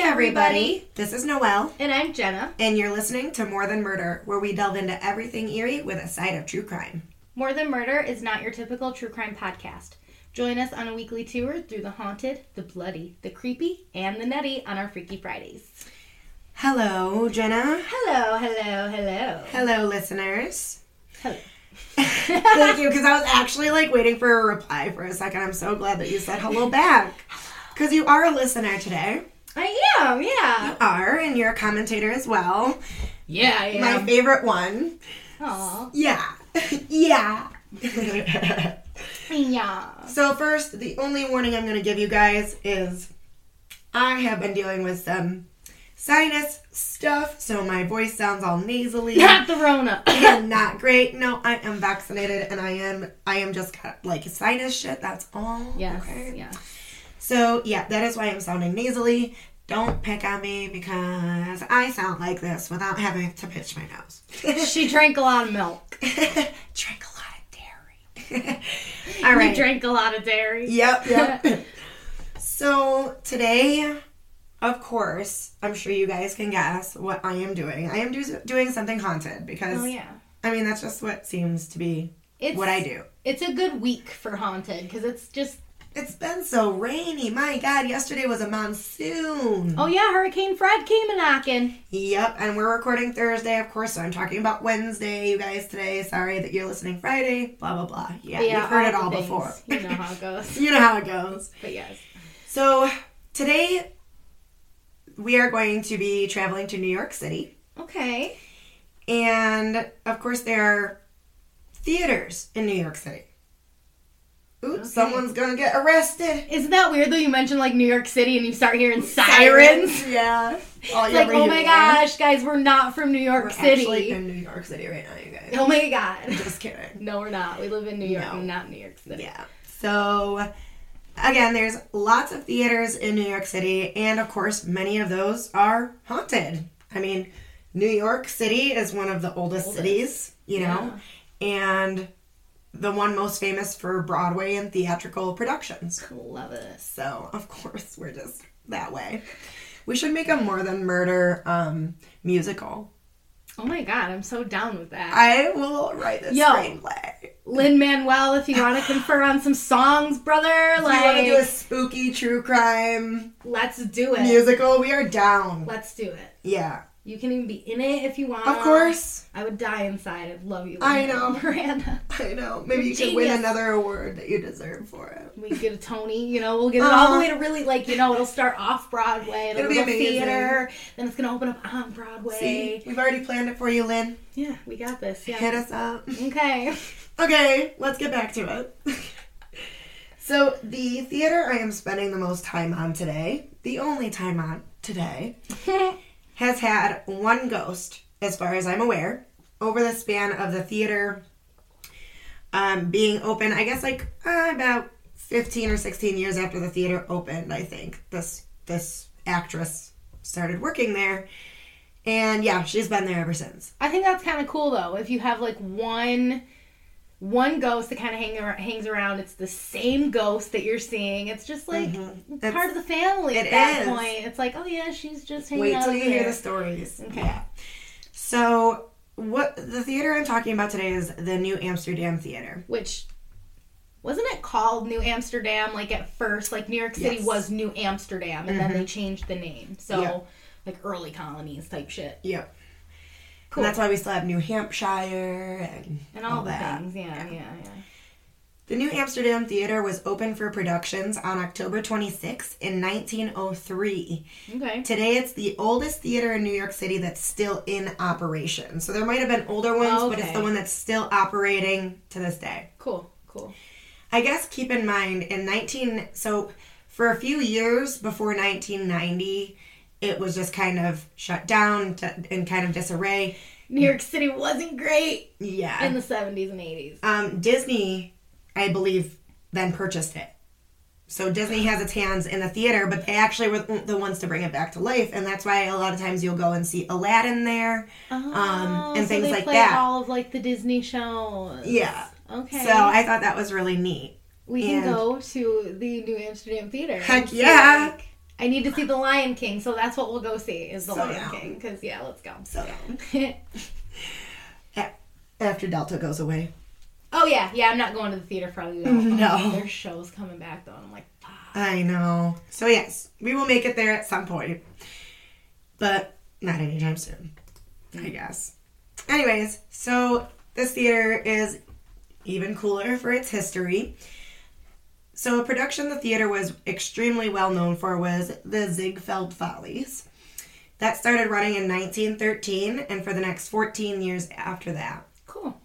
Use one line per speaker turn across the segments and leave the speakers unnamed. everybody.
This is Noelle,
And I'm Jenna.
and you're listening to More Than Murder, where we delve into everything eerie with a side of true crime.
More Than Murder is not your typical true crime podcast. Join us on a weekly tour through the haunted, the bloody, the creepy, and the nutty on our Freaky Fridays.
Hello, Jenna.
Hello, hello, hello.
Hello, listeners.
Hello.
Thank you, because I was actually like waiting for a reply for a second. I'm so glad that you said hello back. Because you are a listener today.
I am, yeah.
Are, and you're a commentator as well.
Yeah, I
My favorite one.
Aw.
Yeah. yeah.
Yeah.
So, first, the only warning I'm going to give you guys is I have been dealing with some sinus stuff, so my voice sounds all nasally
Not the Rona.
and not great. No, I am vaccinated and I am I am just got, like sinus shit, that's all.
yes,
okay?
yeah.
So, yeah, that is why I'm sounding nasally. Don't pick on me because I sound like this without having to pinch my nose.
She drank a lot of milk.
Drink a lot of dairy. all right.
We drank a lot of dairy.
Yep, yep. so today, of course, I'm sure you guys can guess what I am doing. I am do- doing something haunted because
Oh, yeah.
I mean that's just what seems to be
It's,
what I do.
It's a good week for haunted because it's just,
It's been so rainy. My God, yesterday was a monsoon.
oh, yeah, Hurricane Fred came a knocking.
Yep, and we're recording Thursday, of course, so I'm talking about Wednesday, you guys, today. Sorry that you're listening Friday, blah, blah, blah. Yeah, you've heard it
the
all
things.
before.
You know how it goes.
you know how it goes.
But yes.
So today we are going to be traveling to New York City,
Okay.
and of course there are theaters in New York City. Oops,
Okay.
someone's gonna get arrested.
Isn't that weird though? You mentioned like New York City and you start hearing sirens.
Sirens, yeah. All
It's
you
like,
ever
oh
hear
my
is-
gosh, guys, we're not from New York
We're actually
City.
in New York City right now, you guys.
oh my god.
Just kidding.
No, we're not. We live in New York,
No.
We're not New York City.
Yeah. So again, there's lots of theaters in New York City, and of course, many of those are haunted. I mean, New York City is one of the oldest,
Oldest.
cities, you know, and the one most famous for Broadway and theatrical productions.
Love it.
So of course, we're just that way. We should make a more than murder um, musical.
Oh my god, I'm so down with that.
I will write a
Yo.
screenplay.
Lynn Manuel, if you want to confer on some songs, brother,
If you want to
like
do a spooky true crime
let's do it.
musical? We are down.
Let's do it.
Yeah.
You can even be in it if you want.
Of course.
I would die inside. I love you.
I
Lin-Manuel
know.
Miranda.
I know. Maybe you
You're
could win
genius.
another award that you deserve for it.
We get a Tony, you know, we'll get it all the
Uh-huh.
way to really like, you know, it'll start off Broadway, it'll,
It'll be
go
amazing.
theater, then it's gonna open up on Broadway.
See, we've already planned it for you, Lynn.
Yeah, we got this. Yeah.
Hit us up.
Okay.
Okay, let's get back to it. so, the theater I am spending the most time on today, the only time on today, has had one ghost, as far as I'm aware, over the span of the theater um, being open, I guess like uh, about 15 or 16 years after the theater opened, I think this this actress started working there. And yeah, she's been there ever since.
I think that's kind of cool though. If you have like one one ghost that kind of hang, ar- hangs around, it's the same ghost that you're seeing. It's just like
Mm-hmm. It's-
part of the family at
it
that
is.
point. It's like, oh yeah, she's just hanging
Wait
out
till you
over
hear
there.
the stories.
Okay.
Yeah. So, what the theater I'm talking about today is the New Amsterdam Theater.
Which wasn't it called New Amsterdam? Like at first, like New York City
Yes. Mm-hmm.
was New Amsterdam, and then they changed the name. So
Yeah.
like early colonies type shit,
Yep.
Cool.
And that's why we still have New Hampshire and,
and all, the
that.
things. Yeah, yeah, yeah.
The New Amsterdam Theater was open for productions on October 26 in 1903.
Okay.
Today, it's the oldest theater in New York City that's still in operation. So there might have been older ones, but it's
Okay.
the one that's still operating to this day.
Cool. Cool.
I guess keep in mind in 19 so for a few years before 1990 it was just kind of shut down to, in kind of disarray.
New York City wasn't great in
Yeah.
the seventies and eighties.
Um Disney I believe then purchased it. So Disney has its hands in the theater, but they actually were the ones to bring it back to life and that's why a lot of times you'll go and see Aladdin there.
Oh,
Um, and
so
things
they
like
play
that.
All of like the Disney shows.
Yeah.
Okay.
So I thought that was really neat.
we can
and-
go to the New Amsterdam Theater.
Heck
and see,
yeah.
like, I need to see The Lion King, so that's what we'll go see is The
So
Lion
down.
King. Because, yeah, let's go.
So a- after Delta goes away,
oh, yeah, yeah, I'm not going to the theater probably. Though.
No.
Their show's coming back, though, and I'm like, fuck.
I know. So yes, we will make it there at some point, but not anytime soon, I guess. Anyways, so this theater is even cooler for its history. So a production the theater was extremely well known for was the Ziegfeld Follies. That started running in 1913 and for the next 14 years after that.
Cool.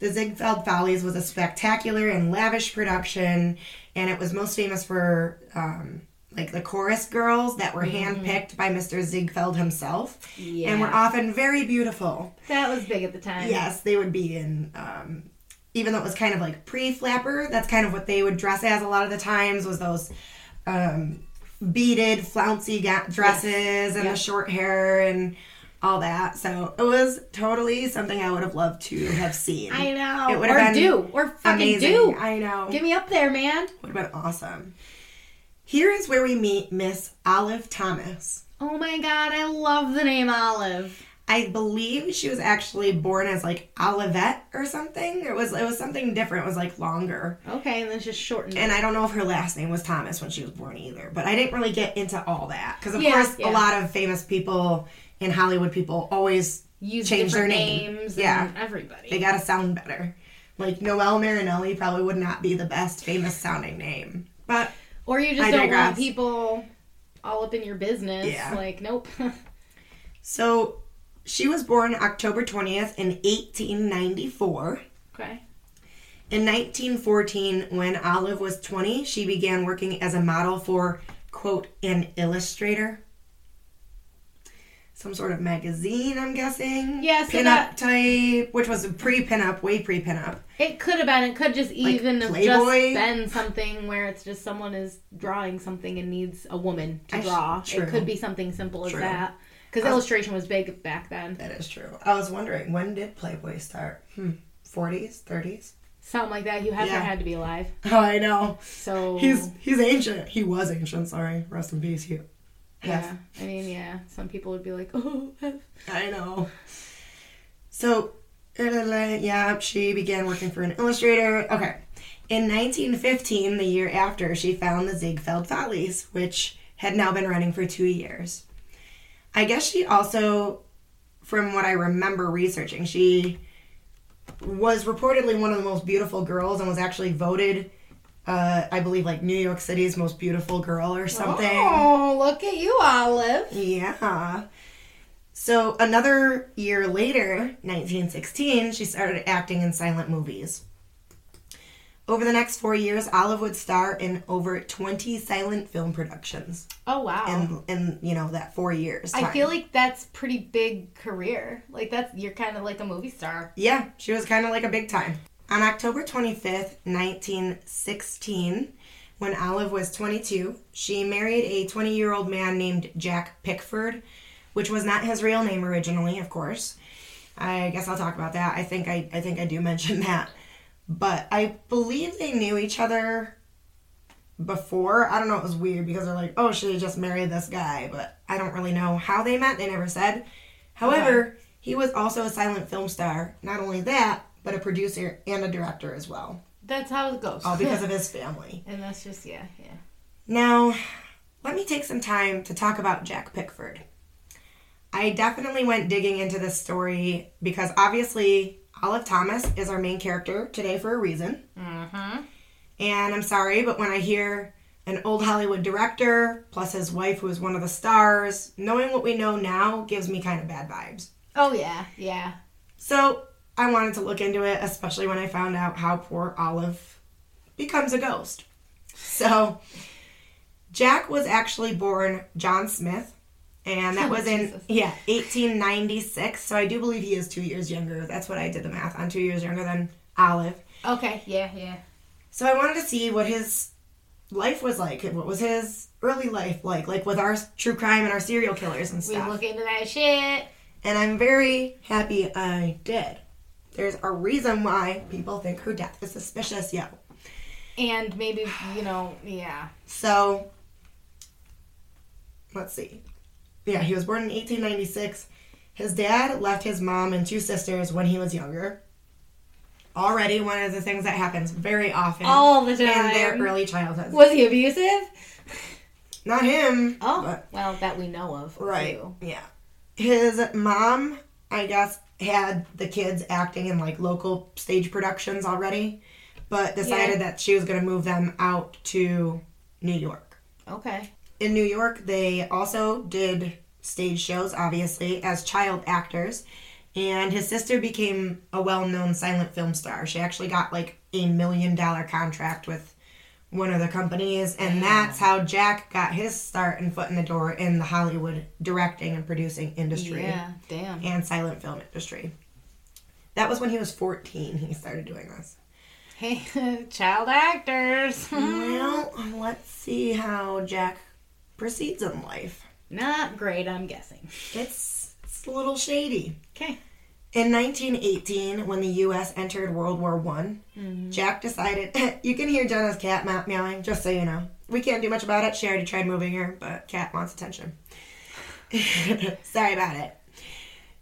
The Ziegfeld Follies was a spectacular and lavish production, and it was most famous for um, like the chorus girls that were handpicked by Mr. Ziegfeld himself, and were
Yeah.
often very beautiful.
That was big at the time.
Yes, they would be in. Um, even though it was kind of like pre-flapper, that's kind of what they would dress as a lot of the times was those um, beaded, flouncy ga- dresses and
Yep.
the short hair and all that. So it was totally something I would have loved to have seen.
I know.
It would've
or
been
do. Or fucking
Amazing.
do.
I know.
Get me up there, man.
Would have been awesome. Here is where we meet Miss Olive Thomas.
Oh my god, I love the name Olive.
I believe she was actually born as like Olivette or something. It was it was something different. It was like longer.
Okay, and then just shortened. it.
And I don't know if her last name was Thomas when she was born either. But I didn't really get into all that because of
Yeah,
course
yeah.
a lot of famous people in Hollywood people always
Use
change
different
their name.
names.
Yeah.
and everybody.
they gotta sound better. Like Noel Marinelli probably would not be the best famous sounding name, but
or you just
I
don't want
digress.
people all up in your business.
Yeah.
Like, nope.
So she was born October 20th in 1894.
okay.
In 1914, when Olive was 20, she began working as a model for, quote, an illustrator. Some sort of magazine, I'm guessing.
Yeah, so
pinup
that-
type, which was pre pinup, way pre pinup.
It could have been. It could just even have just
Playboy?
been something where it's just someone is drawing something and needs a woman to
I sh-
draw.
true.
It could be something simple as
True.
that. Because illustration was big back then.
That is true. I was wondering, when did Playboy start? Hmm. 40s, 30s?
Something like that. You have
Yeah.
had to be alive.
Oh, I know.
So
He's he's ancient. He was ancient, sorry. Rest in peace, Hugh. Yes.
yeah. I mean, yeah. Some people would be like, oh,
I know. So, yeah, she began working for an illustrator. Okay. In 1915, the year after, she found the Ziegfeld Follies, which had now been running for two years. I guess she also, from what I remember researching, she was reportedly one of the most beautiful girls and was actually voted, uh, I believe, like New York City's most beautiful girl or something.
oh, look at you, Olive.
Yeah. So another year later, 1916, she started acting in silent movies. Over the next four years, Olive would star in over 20 silent film productions
Oh, wow.
in, in you know, that four years.
I
time.
feel like that's pretty big career. Like that's you're kind of like a movie star.
Yeah, she was kind of like a big time. On October 25th, 1916, when Olive was 22, she married a 20 year old man named Jack Pickford, which was not his real name originally, of course. I guess I'll talk about that. I think I, I think I do mention that. But I believe they knew each other before. I don't know, it was weird because they're like, oh, she just married this guy, but I don't really know how they met. They never said. However, he was also a silent film star. Not only that, but a producer and a director as well,
That's how it goes.
all Oh, because of his family.
and that's just yeah, yeah.
Now, let me take some time to talk about Jack Pickford. I definitely went digging into this story because obviously Olive Thomas is our main character today for a reason.
Mm-hmm.
And I'm sorry, but when I hear an old Hollywood director plus his wife, who is one of the stars, knowing what we know now gives me kind of bad vibes.
Oh yeah, yeah.
So I wanted to look into it, especially when I found out how poor Olive becomes a ghost. So Jack was actually born John Smith, and that
Oh,
was in
Jesus.
yeah 1896. So I do believe he is two years younger. That's what I did the math on, two years younger than Olive.
Okay, yeah, yeah.
So I wanted to see what his life was like, and what was his early life like, like with our true crime and our serial killers and
We
stuff
look into that shit.
and I'm very happy I did. There's a reason why people think her death is suspicious, yo.
And maybe you know, yeah.
So, let's see. Yeah, he was born in 1896. His dad left his mom and two sisters when he was younger. Already one of the things that happens very often
All the
in their
time.
early childhood.
Was he abusive?
Not him.
Oh,
but-
well, that we know of.
Right.
too.
Yeah. His mom, I guess, had the kids acting in like local stage productions already, but decided that she was going to move them out to New York.
Okay.
In New York, they also did stage shows, obviously, as child actors. And his sister became a well known silent film star. She actually got like a million dollar contract with one of the companies. And that's how Jack got his start and foot in the door in the Hollywood directing and producing industry
Yeah. Damn.
and silent film industry. That was when he was 14 he started doing this.
Hey, child actors.
Well, let's see how Jack proceeds in life.
Not great, I'm guessing.
It's it's a little shady.
Okay.
In 1918, when the U.S. entered World War One, Jack decided. you can hear Jenna's cat meow- meowing, just so you know. We can't do much about it. She already tried moving her, but cat wants attention. Sorry about it.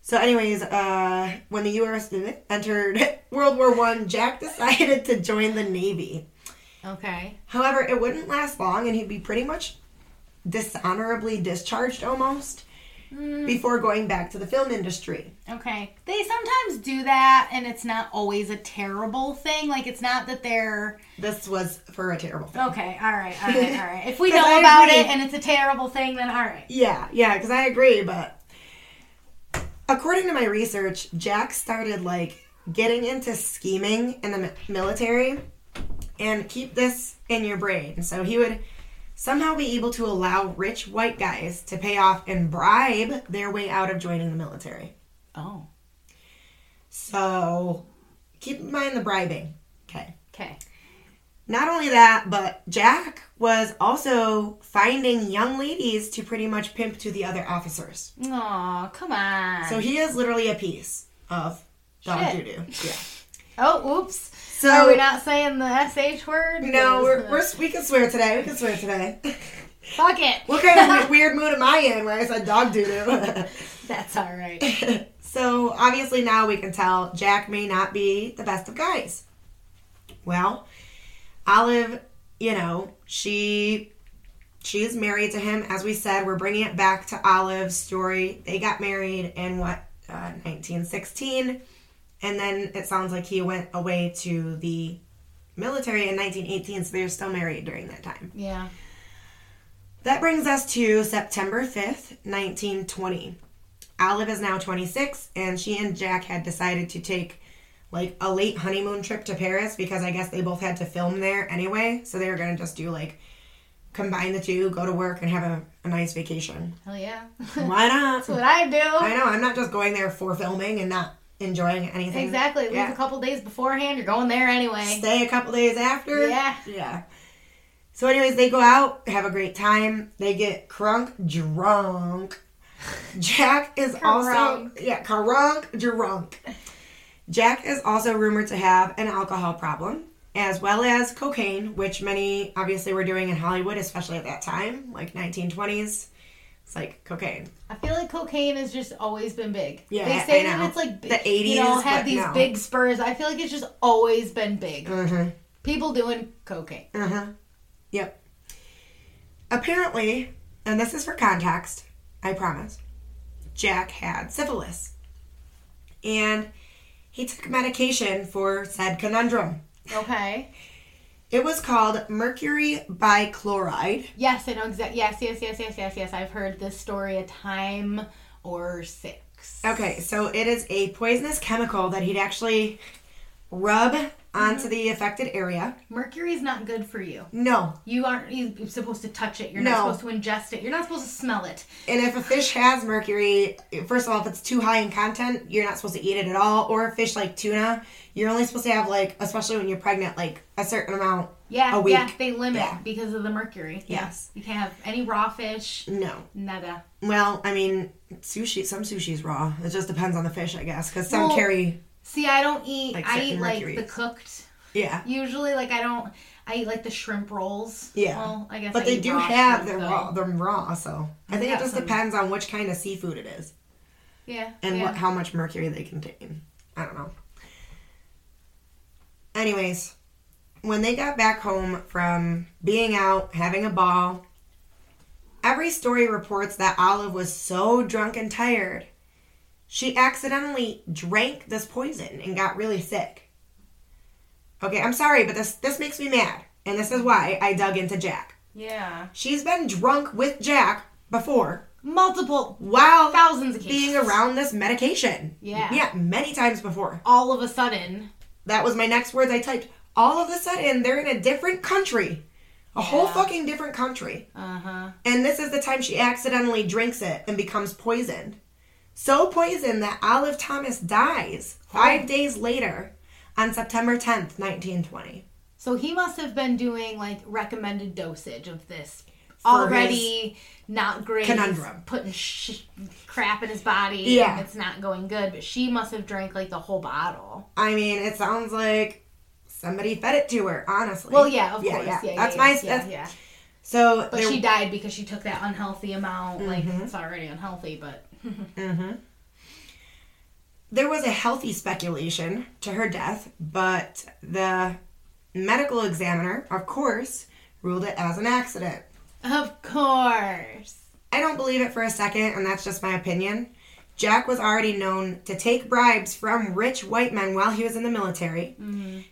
So, anyways, uh, when the U.S. entered World War One, Jack decided to join the Navy.
Okay.
However, it wouldn't last long, and he'd be pretty much dishonorably discharged almost before going back to the film industry.
Okay. They sometimes do that, and it's not always a terrible thing. Like, it's not that they're.
This was for a terrible film.
Okay, all right, all right, all right. If we
'Cause
know
I
about
agree.
it and it's a terrible thing, then all right.
Yeah, yeah, because I agree, but according to my research, Jack started like getting into scheming in the mi- military, and keep this in your brain. So he would somehow be able to allow rich white guys to pay off and bribe their way out of joining the military.
Oh.
So keep in mind the bribing. Okay.
Okay.
Not only that, but Jack was also finding young ladies to pretty much pimp to the other officers.
Aw, come on.
So he is literally a piece of dog doo
Shit.
doo. Yeah.
oh, oops.
So
Are we not saying the sh word?
no, we're, we're we can swear today. We can swear today.
fuck it.
what kind of weird, weird mood am I in where I said dog doo doo?
That's all right.
so obviously now we can tell Jack may not be the best of guys. Well, Olive, you know she she is married to him. As we said, we're bringing it back to Olive's story. They got married in what uh, 1916. And then it sounds like he went away to the military in 1918, so they're still married during that time.
Yeah.
That brings us to September 5th, 1920. Olive is now 26, and she and Jack had decided to take like a late honeymoon trip to Paris because I guess they both had to film there anyway. So they were going to just do like combine the two, go to work, and have a, a nice vacation.
Hell yeah. That's
Why not?
what I do.
I know, I'm not just going there for filming and not enjoying anything.
Exactly. Leave
Yeah.
a couple days beforehand. You're going there anyway.
Stay a couple days after.
Yeah.
Yeah. So, anyways, they go out, have a great time. They get crunk, drunk. Jack is also
Crunk.
yeah, crunk, drunk. Jack is also rumored to have an alcohol problem, as well as cocaine, which many obviously were doing in Hollywood, especially at that time, like 1920s. It's like cocaine.
I feel like cocaine has just always been big.
Yeah, I-
They say
I
that
know.
it's like b-
The 80s,
You know,
but
have these
no.
big spurs. I feel like it's just always been big.
Mm-hmm.
People doing cocaine.
Uh huh. Yep. Apparently, and this is for context, I promise, Jack had syphilis. And he took medication for said conundrum.
Okay.
It was called mercury bichloride.
Yes, I know exactly. Yes, yes, yes, yes, yes, yes. I've heard this story a time or six.
Okay, so it is a poisonous chemical that he'd actually rub onto the affected area.
Mercury's not good for you.
No.
You aren't you're supposed to touch it. You're
No.
not supposed to ingest it. You're not supposed to smell it.
And if a fish has mercury, first of all, if it's too high in content, you're not supposed to eat it at all. Or a fish like tuna, you're only supposed to have like, especially when you're pregnant, like a certain amount.
Yeah,
A week.
yeah, they limit
Yeah.
because of the mercury. Yeah.
Yes.
You can't have any raw fish.
No.
Nada.
Well, I mean, sushi. Some sushi's raw. It just depends on the fish, I guess, because some
Well,
carry.
See, I don't eat.
Like
I
certain
eat
mercury.
like the cooked
Yeah.
Usually, like I don't, I eat like the shrimp rolls.
Yeah.
Well, I guess.
But
I
they
eat
do
raw
have
shrimp,
their
so-
raw, them raw, so I
They
think it
got
just
some-
depends on which kind of seafood it is
Yeah.
and
yeah.
what, how much mercury they contain. I don't know. Anyways, when they got back home from being out, having a ball, every story reports that Olive was so drunk and tired, she accidentally drank this poison and got really sick. Okay, I'm sorry, but this this makes me mad, and this is why I dug into Jack.
Yeah.
She's been drunk with Jack before
Multiple,
while
thousands of
being
cases.
around this medication.
Yeah.
Yeah, many times before.
All of a sudden.
That was my next words I typed. All of a sudden, they're in a different country. A whole
Yeah.
fucking different country.
Uh huh.
And this is the time she accidentally drinks it and becomes poisoned. So poisoned that Olive Thomas dies five days later on September 10th, 1920.
So he must have been doing like recommended dosage of this
For his
already not great. He's
conundrum.
putting sh- crap in his body.
Yeah.
and It's not going good, but she must have drank like the whole bottle.
I mean, it sounds like somebody fed it to her, honestly.
Well, yeah, of course. Yeah, yeah,
that's
yeah,
my.
yeah,
that's,
yeah.
So
But
there-
she died because she took that unhealthy amount. Like
Mm-hmm.
it's already unhealthy, but
there was a healthy speculation to her death, but the medical examiner, of course, ruled it as an accident.
of course.
I don't believe it for a second, and that's just my opinion. Jack was already known to take bribes from rich white men while he was in the military.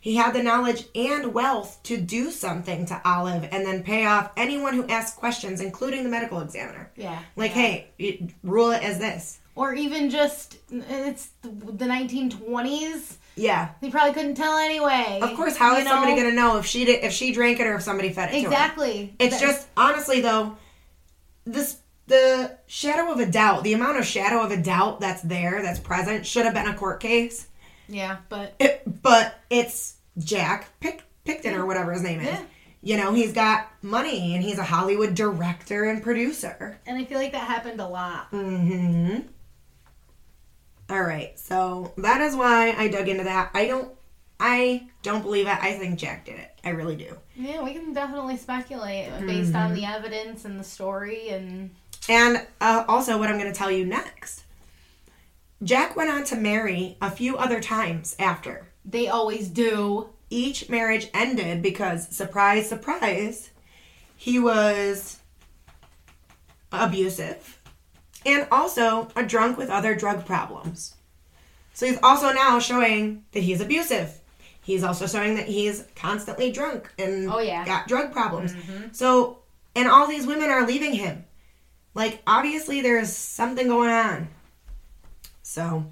He had the knowledge and wealth to do something to Olive and then pay off anyone who asked questions, including the medical examiner.
Yeah.
Like,
yeah.
hey, you, rule it as this.
or even just it's the 1920s.
Yeah.
They probably couldn't tell anyway.
Of course, how
you
is somebody
know?
going to know if she did, if she drank it or if somebody fed it to her?
Exactly.
It's
That-
just honestly though, this the shadow of a doubt, the amount of shadow of a doubt that's there, that's present, should have been a court case.
yeah, but
It, but it's Jack Pick, Picton or whatever his name is.
Yeah.
You know, he's got money and he's a Hollywood director and producer.
and I feel like that happened a lot.
Mm-hmm. All right, so that is why I dug into that. I don't, I don't believe it. I think Jack did it. I really do.
Yeah, we can definitely speculate based
Mm-hmm.
on the evidence and the story and
And uh, also, what I'm going to tell you next. Jack went on to marry a few other times after.
they always do.
Each marriage ended because, surprise, surprise, he was abusive and also a drunk with other drug problems. So he's also now showing that he's abusive. He's also showing that he's constantly drunk and
Oh, yeah. Mm-hmm.
got drug problems. So, and all these women are leaving him. Like, obviously, there's something going on. So,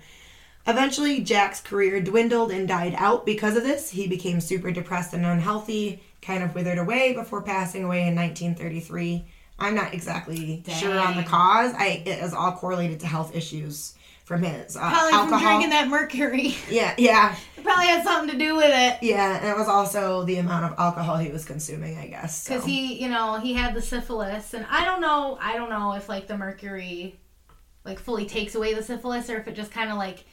eventually, Jack's career dwindled and died out because of this. He became super depressed and unhealthy, kind of withered away before passing away in 1933. I'm not exactly sure on the
Dang.
cause. I it is all correlated to health issues from his uh,
Probably
alcohol.
from drinking that mercury.
Yeah, yeah,
it probably had something to do with it.
yeah. And it was also the amount of alcohol he was consuming, I guess. So.
Because he, you know, he had the syphilis, and I don't know, I don't know if like the mercury, like fully takes away the syphilis, or if it just kind of like,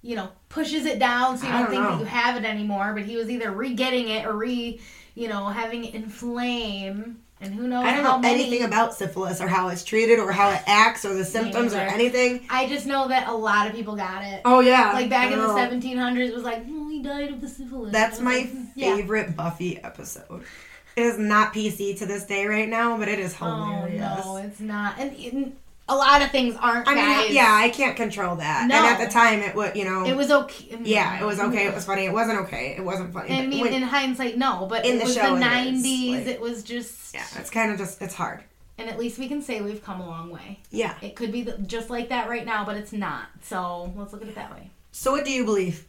you know, pushes it down so you
I
don't,
don't
think
know.
that you have it anymore. But he was either re-getting it or re, you know, having it inflame, and who knows
I don't
how
know
many.
anything about syphilis or how it's treated or how it acts or the symptoms or
neither.
anything.
I just know that a lot of people got it.
Oh yeah,
Like back in the
Oh.
1700s, it was like, oh, he died of the syphilis.
That's
And I
my
was like, "Hmm, Yeah.
favorite Buffy episode. It is not PC to this day right now, but it is
Oh
hilarious.
no, it's not. And, and a lot of things aren't.
I mean,
guys.
yeah, I can't control that.
No.
And at the time, it was you know,
It was okay.
yeah, it was okay. It was funny. It wasn't okay. It wasn't funny.
I
but
mean,
when-
in hindsight, no, but
In
it
the
was
show,
the
it is,
90s.
like-
it was just.
yeah, it's kind of just it's hard.
And at least we can say we've come a long way.
Yeah.
It could be the, just like that right now, but it's not. So let's look at it that way.
So what do you believe?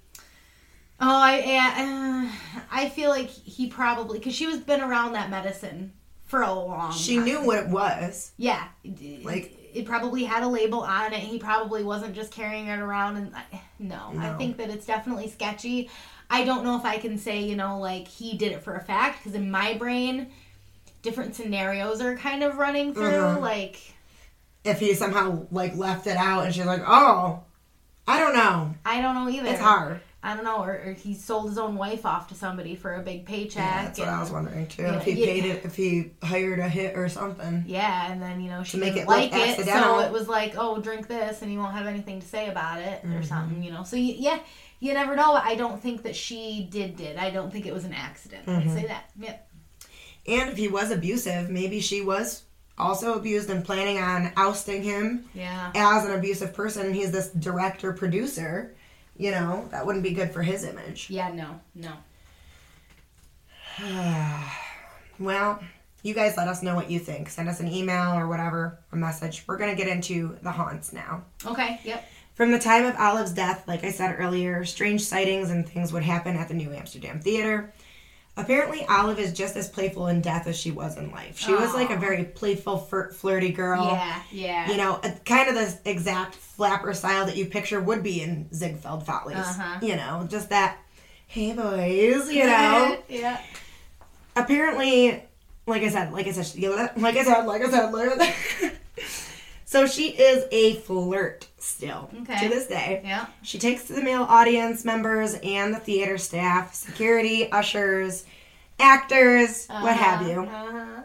Oh, I yeah, uh, I feel like he probably because she was been around that medicine for a long.
She
time.
knew what it was.
Yeah, it-
Like-
it probably had a label on it. He probably wasn't just carrying it around. And I, no, I
No.
think that it's definitely sketchy. I don't know if I can say you know like he did it for a fact because in my brain, different scenarios are kind of running through.
Mhm.
Like
If he somehow like left it out, and she's like, "Oh, I don't know.
I don't know either.
It's hard."
I don't know, or, or he sold his own wife off to somebody for a big paycheck.
Yeah, that's what
and-
I was wondering too.
Yeah,
if he
yeah.
paid it, if he hired a hit or something.
Yeah, and then you know she
make
didn't
it look
like it, so
accidental.
it was like, oh, drink this, and you won't have anything to say about it
Mm-hmm.
or something, you know. So y- yeah, you never know. I don't think that she did did. I don't think it was an accident.
Mm-hmm.
I'd say that. Yep.
And if he was abusive, maybe she was also abused and planning on ousting him
Yeah.
as an abusive person. He's this director producer. You know, that wouldn't be good for his image.
Yeah. No. No.
Well, you guys let us know what you think. Send us an email or whatever, a message. We're going to get into the haunts now.
Okay. Yep.
From the time of Olive's death, like I said earlier, strange sightings and things would happen at the New Amsterdam Theater. Apparently, Olive is just as playful in death as she was in life. She was like a very playful, fir- flirty girl.
Yeah. Yeah.
You know, a, kind of the exact flapper style that you picture would be in Ziegfeld Follies.
Uh-huh.
You know, just that, hey boys, you know.
yeah.
Apparently, like I said, like I said, she- like I said, like I said, like I said. so she is a flirt still
Okay.
to this day.
Yeah.
She takes to the male audience members and the theater staff, security, ushers, actors, what have you.
Uh-huh.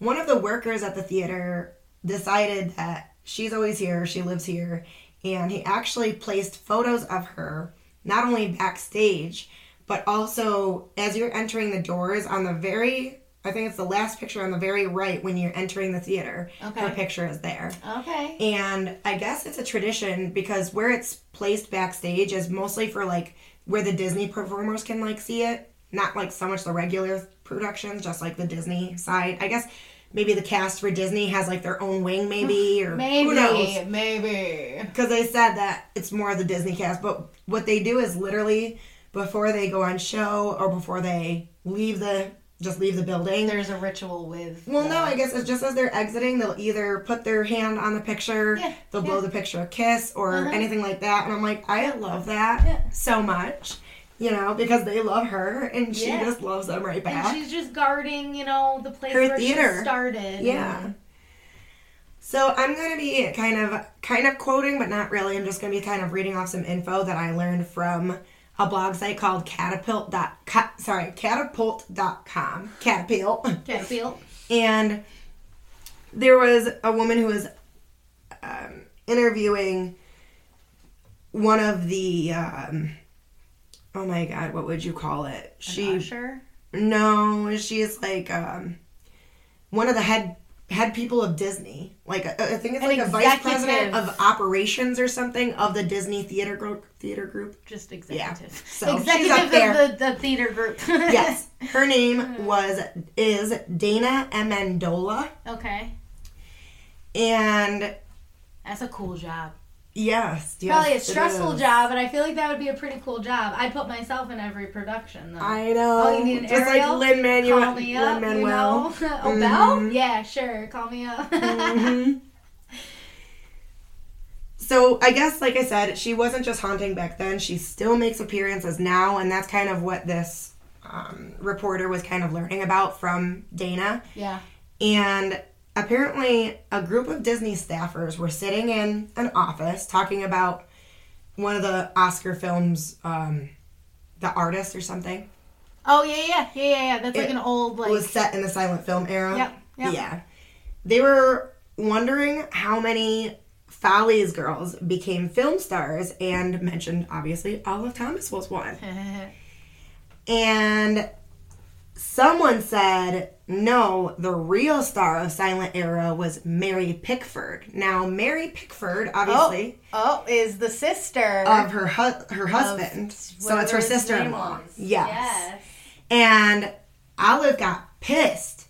One of the workers at the theater decided that she's always here, she lives here, and he actually placed photos of her not only backstage, but also as you're entering the doors on the very I think it's the last picture on the very right when you're entering the theater. Her
Okay.
picture is there.
Okay.
And I guess it's a tradition because where it's placed backstage is mostly for like where the Disney performers can like see it, not like so much the regular productions, just like the Disney side. I guess maybe the cast for Disney has like their own wing, maybe, or
Maybe.
who knows.
Maybe.
Because they said that it's more of the Disney cast, but what they do is literally before they go on show or before they leave the just leave the building,
There's a ritual with.
well, no, I guess it's just as they're exiting, they'll either put their hand on the picture,
Yeah,
they'll
yeah.
blow the picture a kiss, or
Uh-huh.
anything like that. And I'm like, I love that
Yeah.
so much, you know, because they love her and she
Yeah.
just loves them right
And
back.
she's just guarding, you know, the place
Her
where
theater.
she started.
Yeah. So I'm gonna be kind of kind of quoting, but not really. I'm just gonna be kind of reading off some info that I learned from a blog site called catapult. Dot, ca- sorry, catapult.com. Catapult.
Can't feel.
and there was a woman who was um, interviewing one of the um, oh my god what would you call it she
Usher.
no she's like um, one of the head head people of disney like uh, i think it's
An
like a vice president
executive.
of operations or something of the disney theater group theater group
Just executive.
So, she's up
executive
there.
of the, the theater group.
yes her
Uh.
name was is dana amendola
Okay.
and
That's a cool job.
Yes, yes,
Probably a
it
stressful
is.
job, but I feel like that would be a pretty cool job. I'd put myself in every production though.
I know.
Oh, you need an
Just
aerial?
like Lin Manuel.
Call me up, you
Lin
know.
Manuel. Mm-hmm.
oh, Belle? Yeah, sure. Call me up.
So I guess, like I said, she wasn't just haunting back then. She still makes appearances now, and that's kind of what this um, reporter was kind of learning about from Dana.
yeah.
And apparently, a group of Disney staffers were sitting in an office talking about one of the Oscar films, um, The Artist or something.
Oh yeah, yeah, yeah, yeah, yeah. That's like
It
an old like.
was set in the silent film era.
Yep, yep.
Yeah. They were wondering how many Follies girls became film stars and mentioned obviously Olive Thomas was one. And someone said, no, the real star of silent era was Mary Pickford. Now, Mary Pickford, obviously,
oh, is the sister
of her hu- her husband. so
whatever
it's her
Oh. his name
sister in law.
was.
yes. And Olive got pissed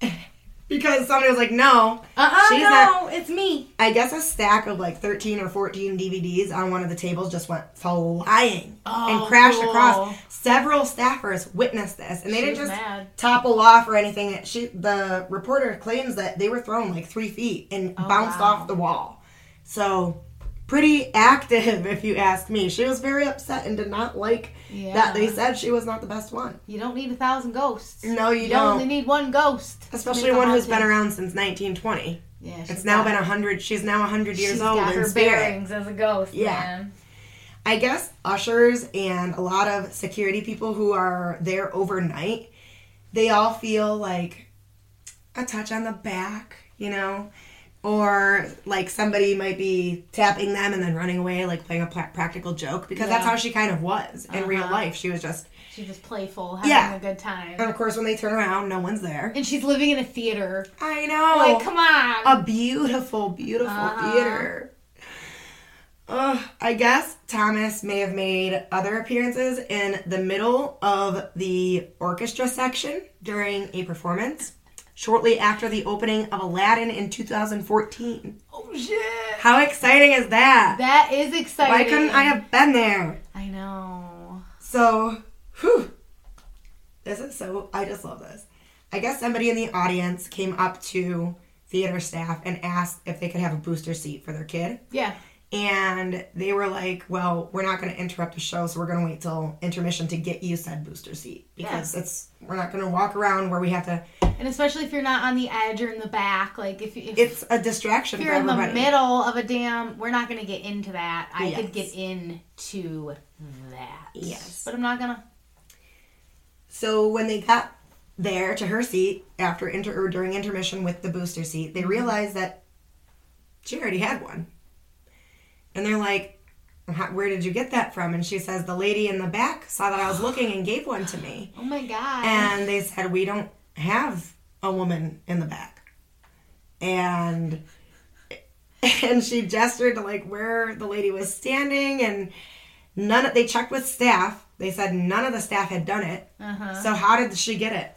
because somebody was like, no.
Uh-uh,
She's
no,
not-
it's me.
I guess a stack of like 13 or 14 DVDs on one of the tables just went flying
Oh,
and crashed
cool.
across. Several staffers witnessed this and they
She
didn't
was
just
mad.
topple off or anything. She, the reporter claims that they were thrown like three feet and bounced
Oh, wow.
off the wall. So, pretty active if you ask me. She was very upset and did not like
Yeah.
that they said she was not the best one.
You don't need a thousand ghosts.
No, you
You
don't.
only need one ghost. to
Especially
make a
one who's been
haunting.
around since 1920.
Yeah, she's
It's now
got-
been 100. She's now 100 years
she's
old
got
in
her
spirit.
bearings as a ghost.
Yeah.
man.
I guess ushers and a lot of security people who are there overnight, they all feel like a touch on the back, you know, or like somebody might be tapping them and then running away, like playing a pla- practical joke, because that's
Yeah.
how she kind of was in real
Uh-huh.
life. She was just,
She's just playful, having
Yeah.
a good time.
and of course, when they turn around, no one's there.
And she's living in a theater.
I know.
Like, come on.
a beautiful, beautiful
Uh-huh.
theater. Ugh, I guess Thomas may have made other appearances in the middle of the orchestra section during a performance shortly after the opening of Aladdin in 2014.
oh shit.
How exciting is that?
That is exciting.
Why couldn't I have been there?
I know.
So, whew. This is so, I just love this. I guess somebody in the audience came up to theater staff and asked if they could have a booster seat for their kid.
Yeah.
And they were like, well, we're not going to interrupt the show, so we're going to wait till intermission to get you said booster seat because it's, we're not going to walk around where we have to,
And especially if you're not on the edge or in the back, like if, if, if
it's a distraction for
you're in the
everybody.
middle of a damn, we're not going to get into that. I could
Yes.
get into that.
Yes.
But I'm not going to.
So when they got there to her seat after inter or during intermission with the booster seat,
Mm-hmm.
they realized that she already had one. And they're like, "How- "Where did you get that from?" And she says, "The lady in the back saw that I was looking and gave one to me."
Oh my God.
And they said, "We don't have a woman in the back." And and she gestured to like where the lady was standing and none of, they checked with staff. They said none of the staff had done it.
uh-huh.
So how did she get it?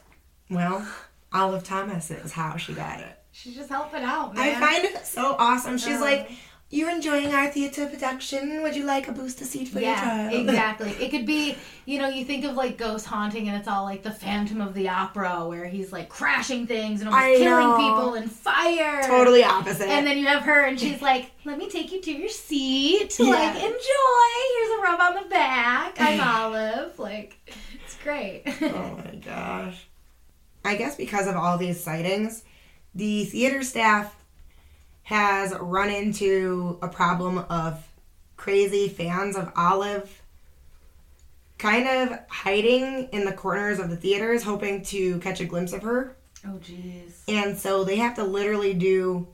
Well, Olive Thomas is how she got it.
She's just helping out,
I
man.
find it so awesome. She's
Uh-huh.
like, "You're enjoying our theater production. Would you like a booster seat for
yeah,
your child?"
exactly. It could be, you know, you think of like ghost haunting, and it's all like the Phantom of the Opera, where he's like crashing things and almost
I
killing
know.
people and fire.
Totally opposite.
And then you have her, and she's like, "Let me take you to your seat.
Yeah.
Like, enjoy. Here's a rub on the back. I'm Olive. Like, it's great."
oh my gosh. I guess because of all these sightings, the theater staff has run into a problem of crazy fans of Olive kind of hiding in the corners of the theaters hoping to catch a glimpse of her.
oh, jeez.
And so they have to literally do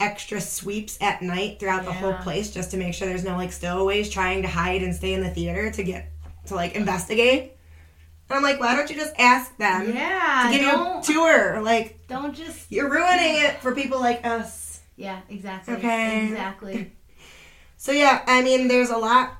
extra sweeps at night throughout the whole
Yeah.
place just to make sure there's no like stowaways trying to hide and stay in the theater to get to like investigate. And I'm like, why don't you just ask them
Yeah.
Um, to give you a
don't
tour? Like,
don't just.
you're ruining it for people like us.
Yeah. Exactly.
Okay.
Exactly.
So yeah, I mean, there's a lot,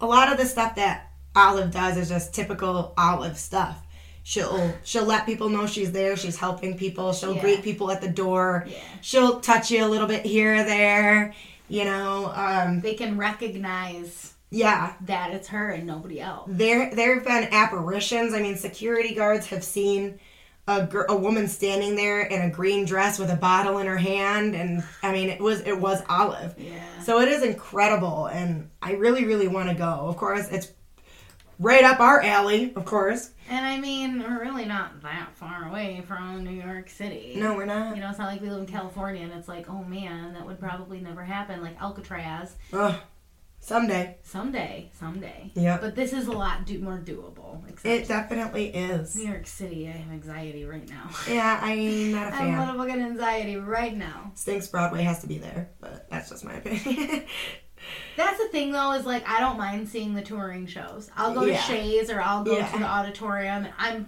a lot of the stuff that Olive does is just typical Olive stuff. She'll she'll let people know she's there. She's helping people. She'll
Yeah.
greet people at the door.
Yeah.
She'll touch you a little bit here or there. You know, um,
They can recognize
yeah.
that it's her and nobody else.
There there have been apparitions. I mean, security guards have seen a gir- a woman standing there in a green dress with a bottle in her hand, and I mean, it was it was Olive.
Yeah.
So it is incredible, and I really, really want to go. Of course, it's right up our alley, of course.
And I mean, we're really not that far away from New York City.
No, we're not.
You know, it's not like we live in California and it's like, oh man, that would probably never happen. Like Alcatraz,
Ugh, someday.
someday, someday.
Yeah.
But this is a lot do- more doable.
It
Except
definitely
New
is.
York City, I have anxiety right now.
Yeah, I'm not a
I have a
fan.
little fucking anxiety right now.
Stinks Broadway has to be there, but that's just my opinion.
That's the thing though, is like I don't mind seeing the touring shows. I'll go
Yeah.
to Shays or I'll go
Yeah.
to the auditorium. and I'm,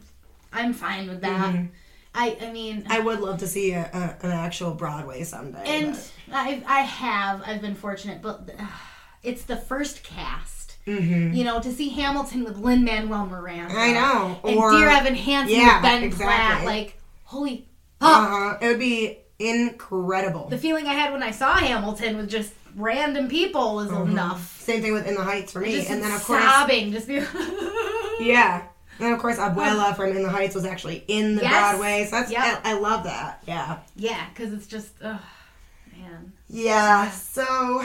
I'm fine with that.
Mhm.
I, I mean,
I would love to see a, a, an actual Broadway someday.
And
but-
I, I have, I've been fortunate, but uh, it's the first cast.
Mhm.
You know, to see Hamilton with Lin Manuel Miranda.
I know.
And
or
Dear Evan Hansen
yeah,
with Ben
exactly.
Platt. Like, holy fuck.
uh, it would be incredible.
The feeling I had when I saw Hamilton with just random people was enough.
Same thing with In the Heights for me,
Just
Mm-hmm. and then of course,
sobbing, just be
Yeah. And of course, Abuela from In the Heights was actually in the
Yes.
Broadway. So that's,
Yep.
I, I love that. Yeah.
yeah, because it's just, oh, man.
Yeah. So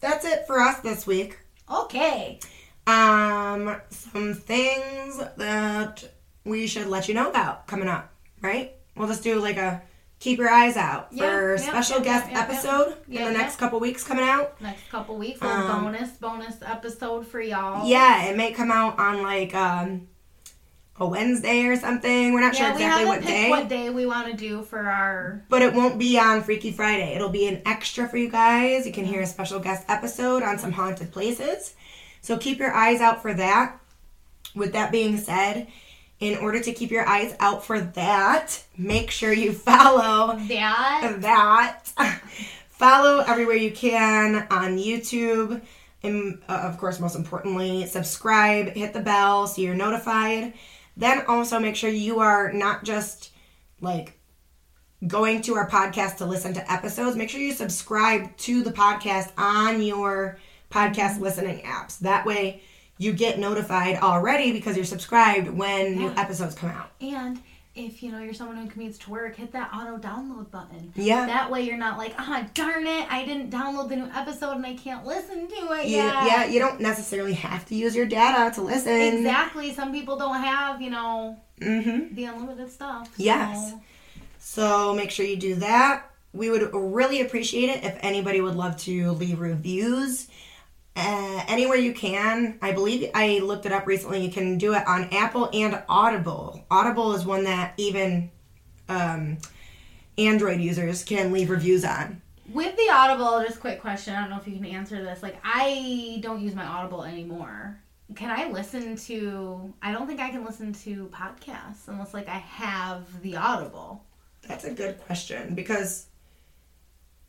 that's it for us this week.
Okay,
Um, some things that we should let you know about coming up, right? We'll just do like a keep your eyes out
Yeah,
for
yeah,
special
yeah,
guest
yeah, yeah.
episode
Yeah,
in the
yeah.
next couple weeks coming out.
Next couple weeks, a little
Um,
bonus bonus episode for y'all.
Yeah, it may come out on like um, a Wednesday or something. We're not sure
yeah. We
exactly
haven't
what
picked
day,
what day we want to do for our
but it won't be on Freaky Friday. It'll be an extra for you guys. You can hear a special guest episode on some haunted places. So keep your eyes out for that. With that being said, in order to keep your eyes out for that, make sure you follow
that.
that. Follow everywhere you can on YouTube. And uh, of course, most importantly, subscribe, hit the bell so you're notified. Then also make sure you are not just like going to our podcast to listen to episodes. Make sure you subscribe to the podcast on your podcast listening apps. That way you get notified already because you're subscribed when new
Yeah.
episodes come out.
And if you know you're someone who commutes to work, hit that auto download button.
Yeah.
That way you're not like, ah, darn it, I didn't download the new episode and I can't listen to it
You-
yet.
yeah, you don't necessarily have to use your data to listen.
Exactly. Some people don't have, you know,
Mm-hmm.
the unlimited stuff. so-
Yes. So make sure you do that. We would really appreciate it if anybody would love to leave reviews uh, anywhere you can. I believe I looked it up recently. You can do it on Apple and Audible. Audible is one that even um, Android users can leave reviews on.
With the Audible, just quick question. I don't know if you can answer this. Like, I don't use my Audible anymore. Can I listen to? I don't think I can listen to podcasts unless like I have the Audible.
That's a good question because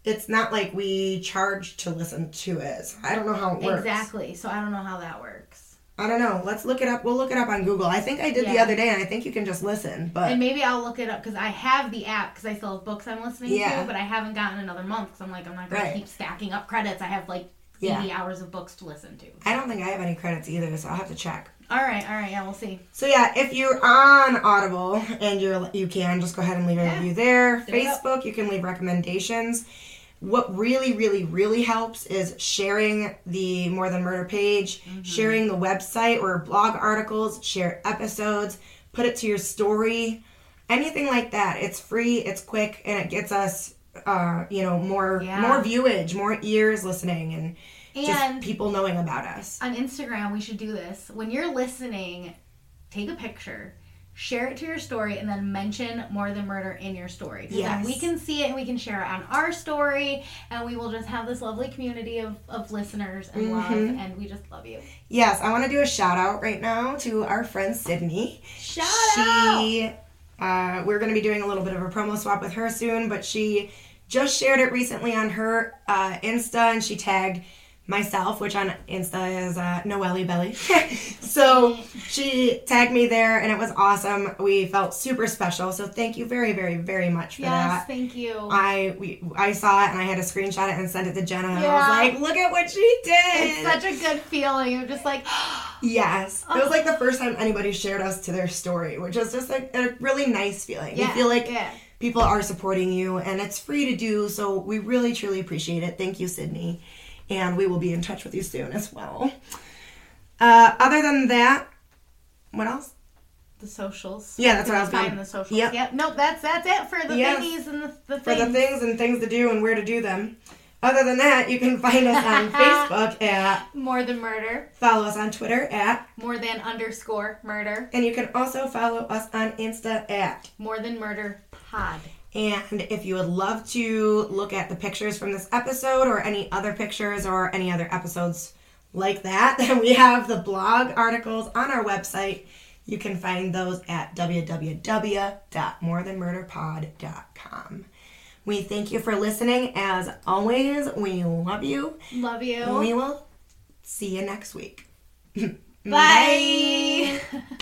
it's not like we charge to listen to it. So I don't know how it works.
Exactly. So I don't know how that works.
I don't know. Let's look it up. We'll look it up on Google. I think I did the
Yeah.
other day, and I think you can just listen. But
And maybe I'll look it up because I have the app because I still have books I'm listening
Yeah.
to, but I haven't gotten another month because I'm like I'm not gonna
Right.
keep stacking up credits. I have like 80
Yeah.
hours of books to listen to.
I don't think I have any credits either, so I'll have to check.
All right, all right, yeah, we'll see.
So yeah, if you're on Audible and you're you can just go ahead and leave a
Yeah.
review there.
Do it up.
Facebook, you can leave recommendations. What really, really, really helps is sharing the More Than Murder page,
Mm-hmm.
sharing the website or blog articles, share episodes, put it to your story, anything like that. It's free, it's quick, and it gets us, uh, you know, more
Yeah.
more viewage, more ears listening, and,
And-
just people knowing about us.
on Instagram, we should do this. When you're listening, take a picture, share it to your story, and then mention More Than Murder in your story. 'Cause then
Yes.
we can see it and we can share it on our story, and we will just have this lovely community of, of listeners and love,
Mhm.
and we just love you.
Yes, I want to do a shout out right now to our friend Sydney.
Shout out!
she, Uh, we're going to be doing a little bit of a promo swap with her soon, but she just shared it recently on her uh, Insta and she tagged myself, which on Insta is uh, Noelle Belly. so she tagged me there and it was awesome. We felt super special. So thank you very, very, very much for that.
Yes, thank you.
I we, I saw it and I had to screenshot it and send it to Jenna and
Yeah.
I was like, look at what she did.
it's such a good feeling. You're just like,
Yes. It was like the
Oh.
first time anybody shared us to their story, which is just like a really nice feeling.
yeah,
you feel like
yeah.
people are supporting you and it's free to do, so we really truly appreciate it. Thank you, Sydney. And we will be in touch with you soon as well. Uh, other than that, what else?
the socials.
Yeah, that's what I was
Find
gonna-
the socials.
Yep.
Yep. Nope. That's that's it for the
Yes.
thingies and the, the
For
things.
the things and things to do and where to do them. Other than that, you can find us on Facebook at,
More than murder.
follow us on Twitter at,
More than underscore murder.
and you can also follow us on Insta at
More than murder pod.
And if you would love to look at the pictures from this episode or any other pictures or any other episodes like that, then we have the blog articles on our website. You can find those at www.morethanmurderpod.com. We thank you for listening. As always, we love you.
Love you.
We will see you next week.
Bye.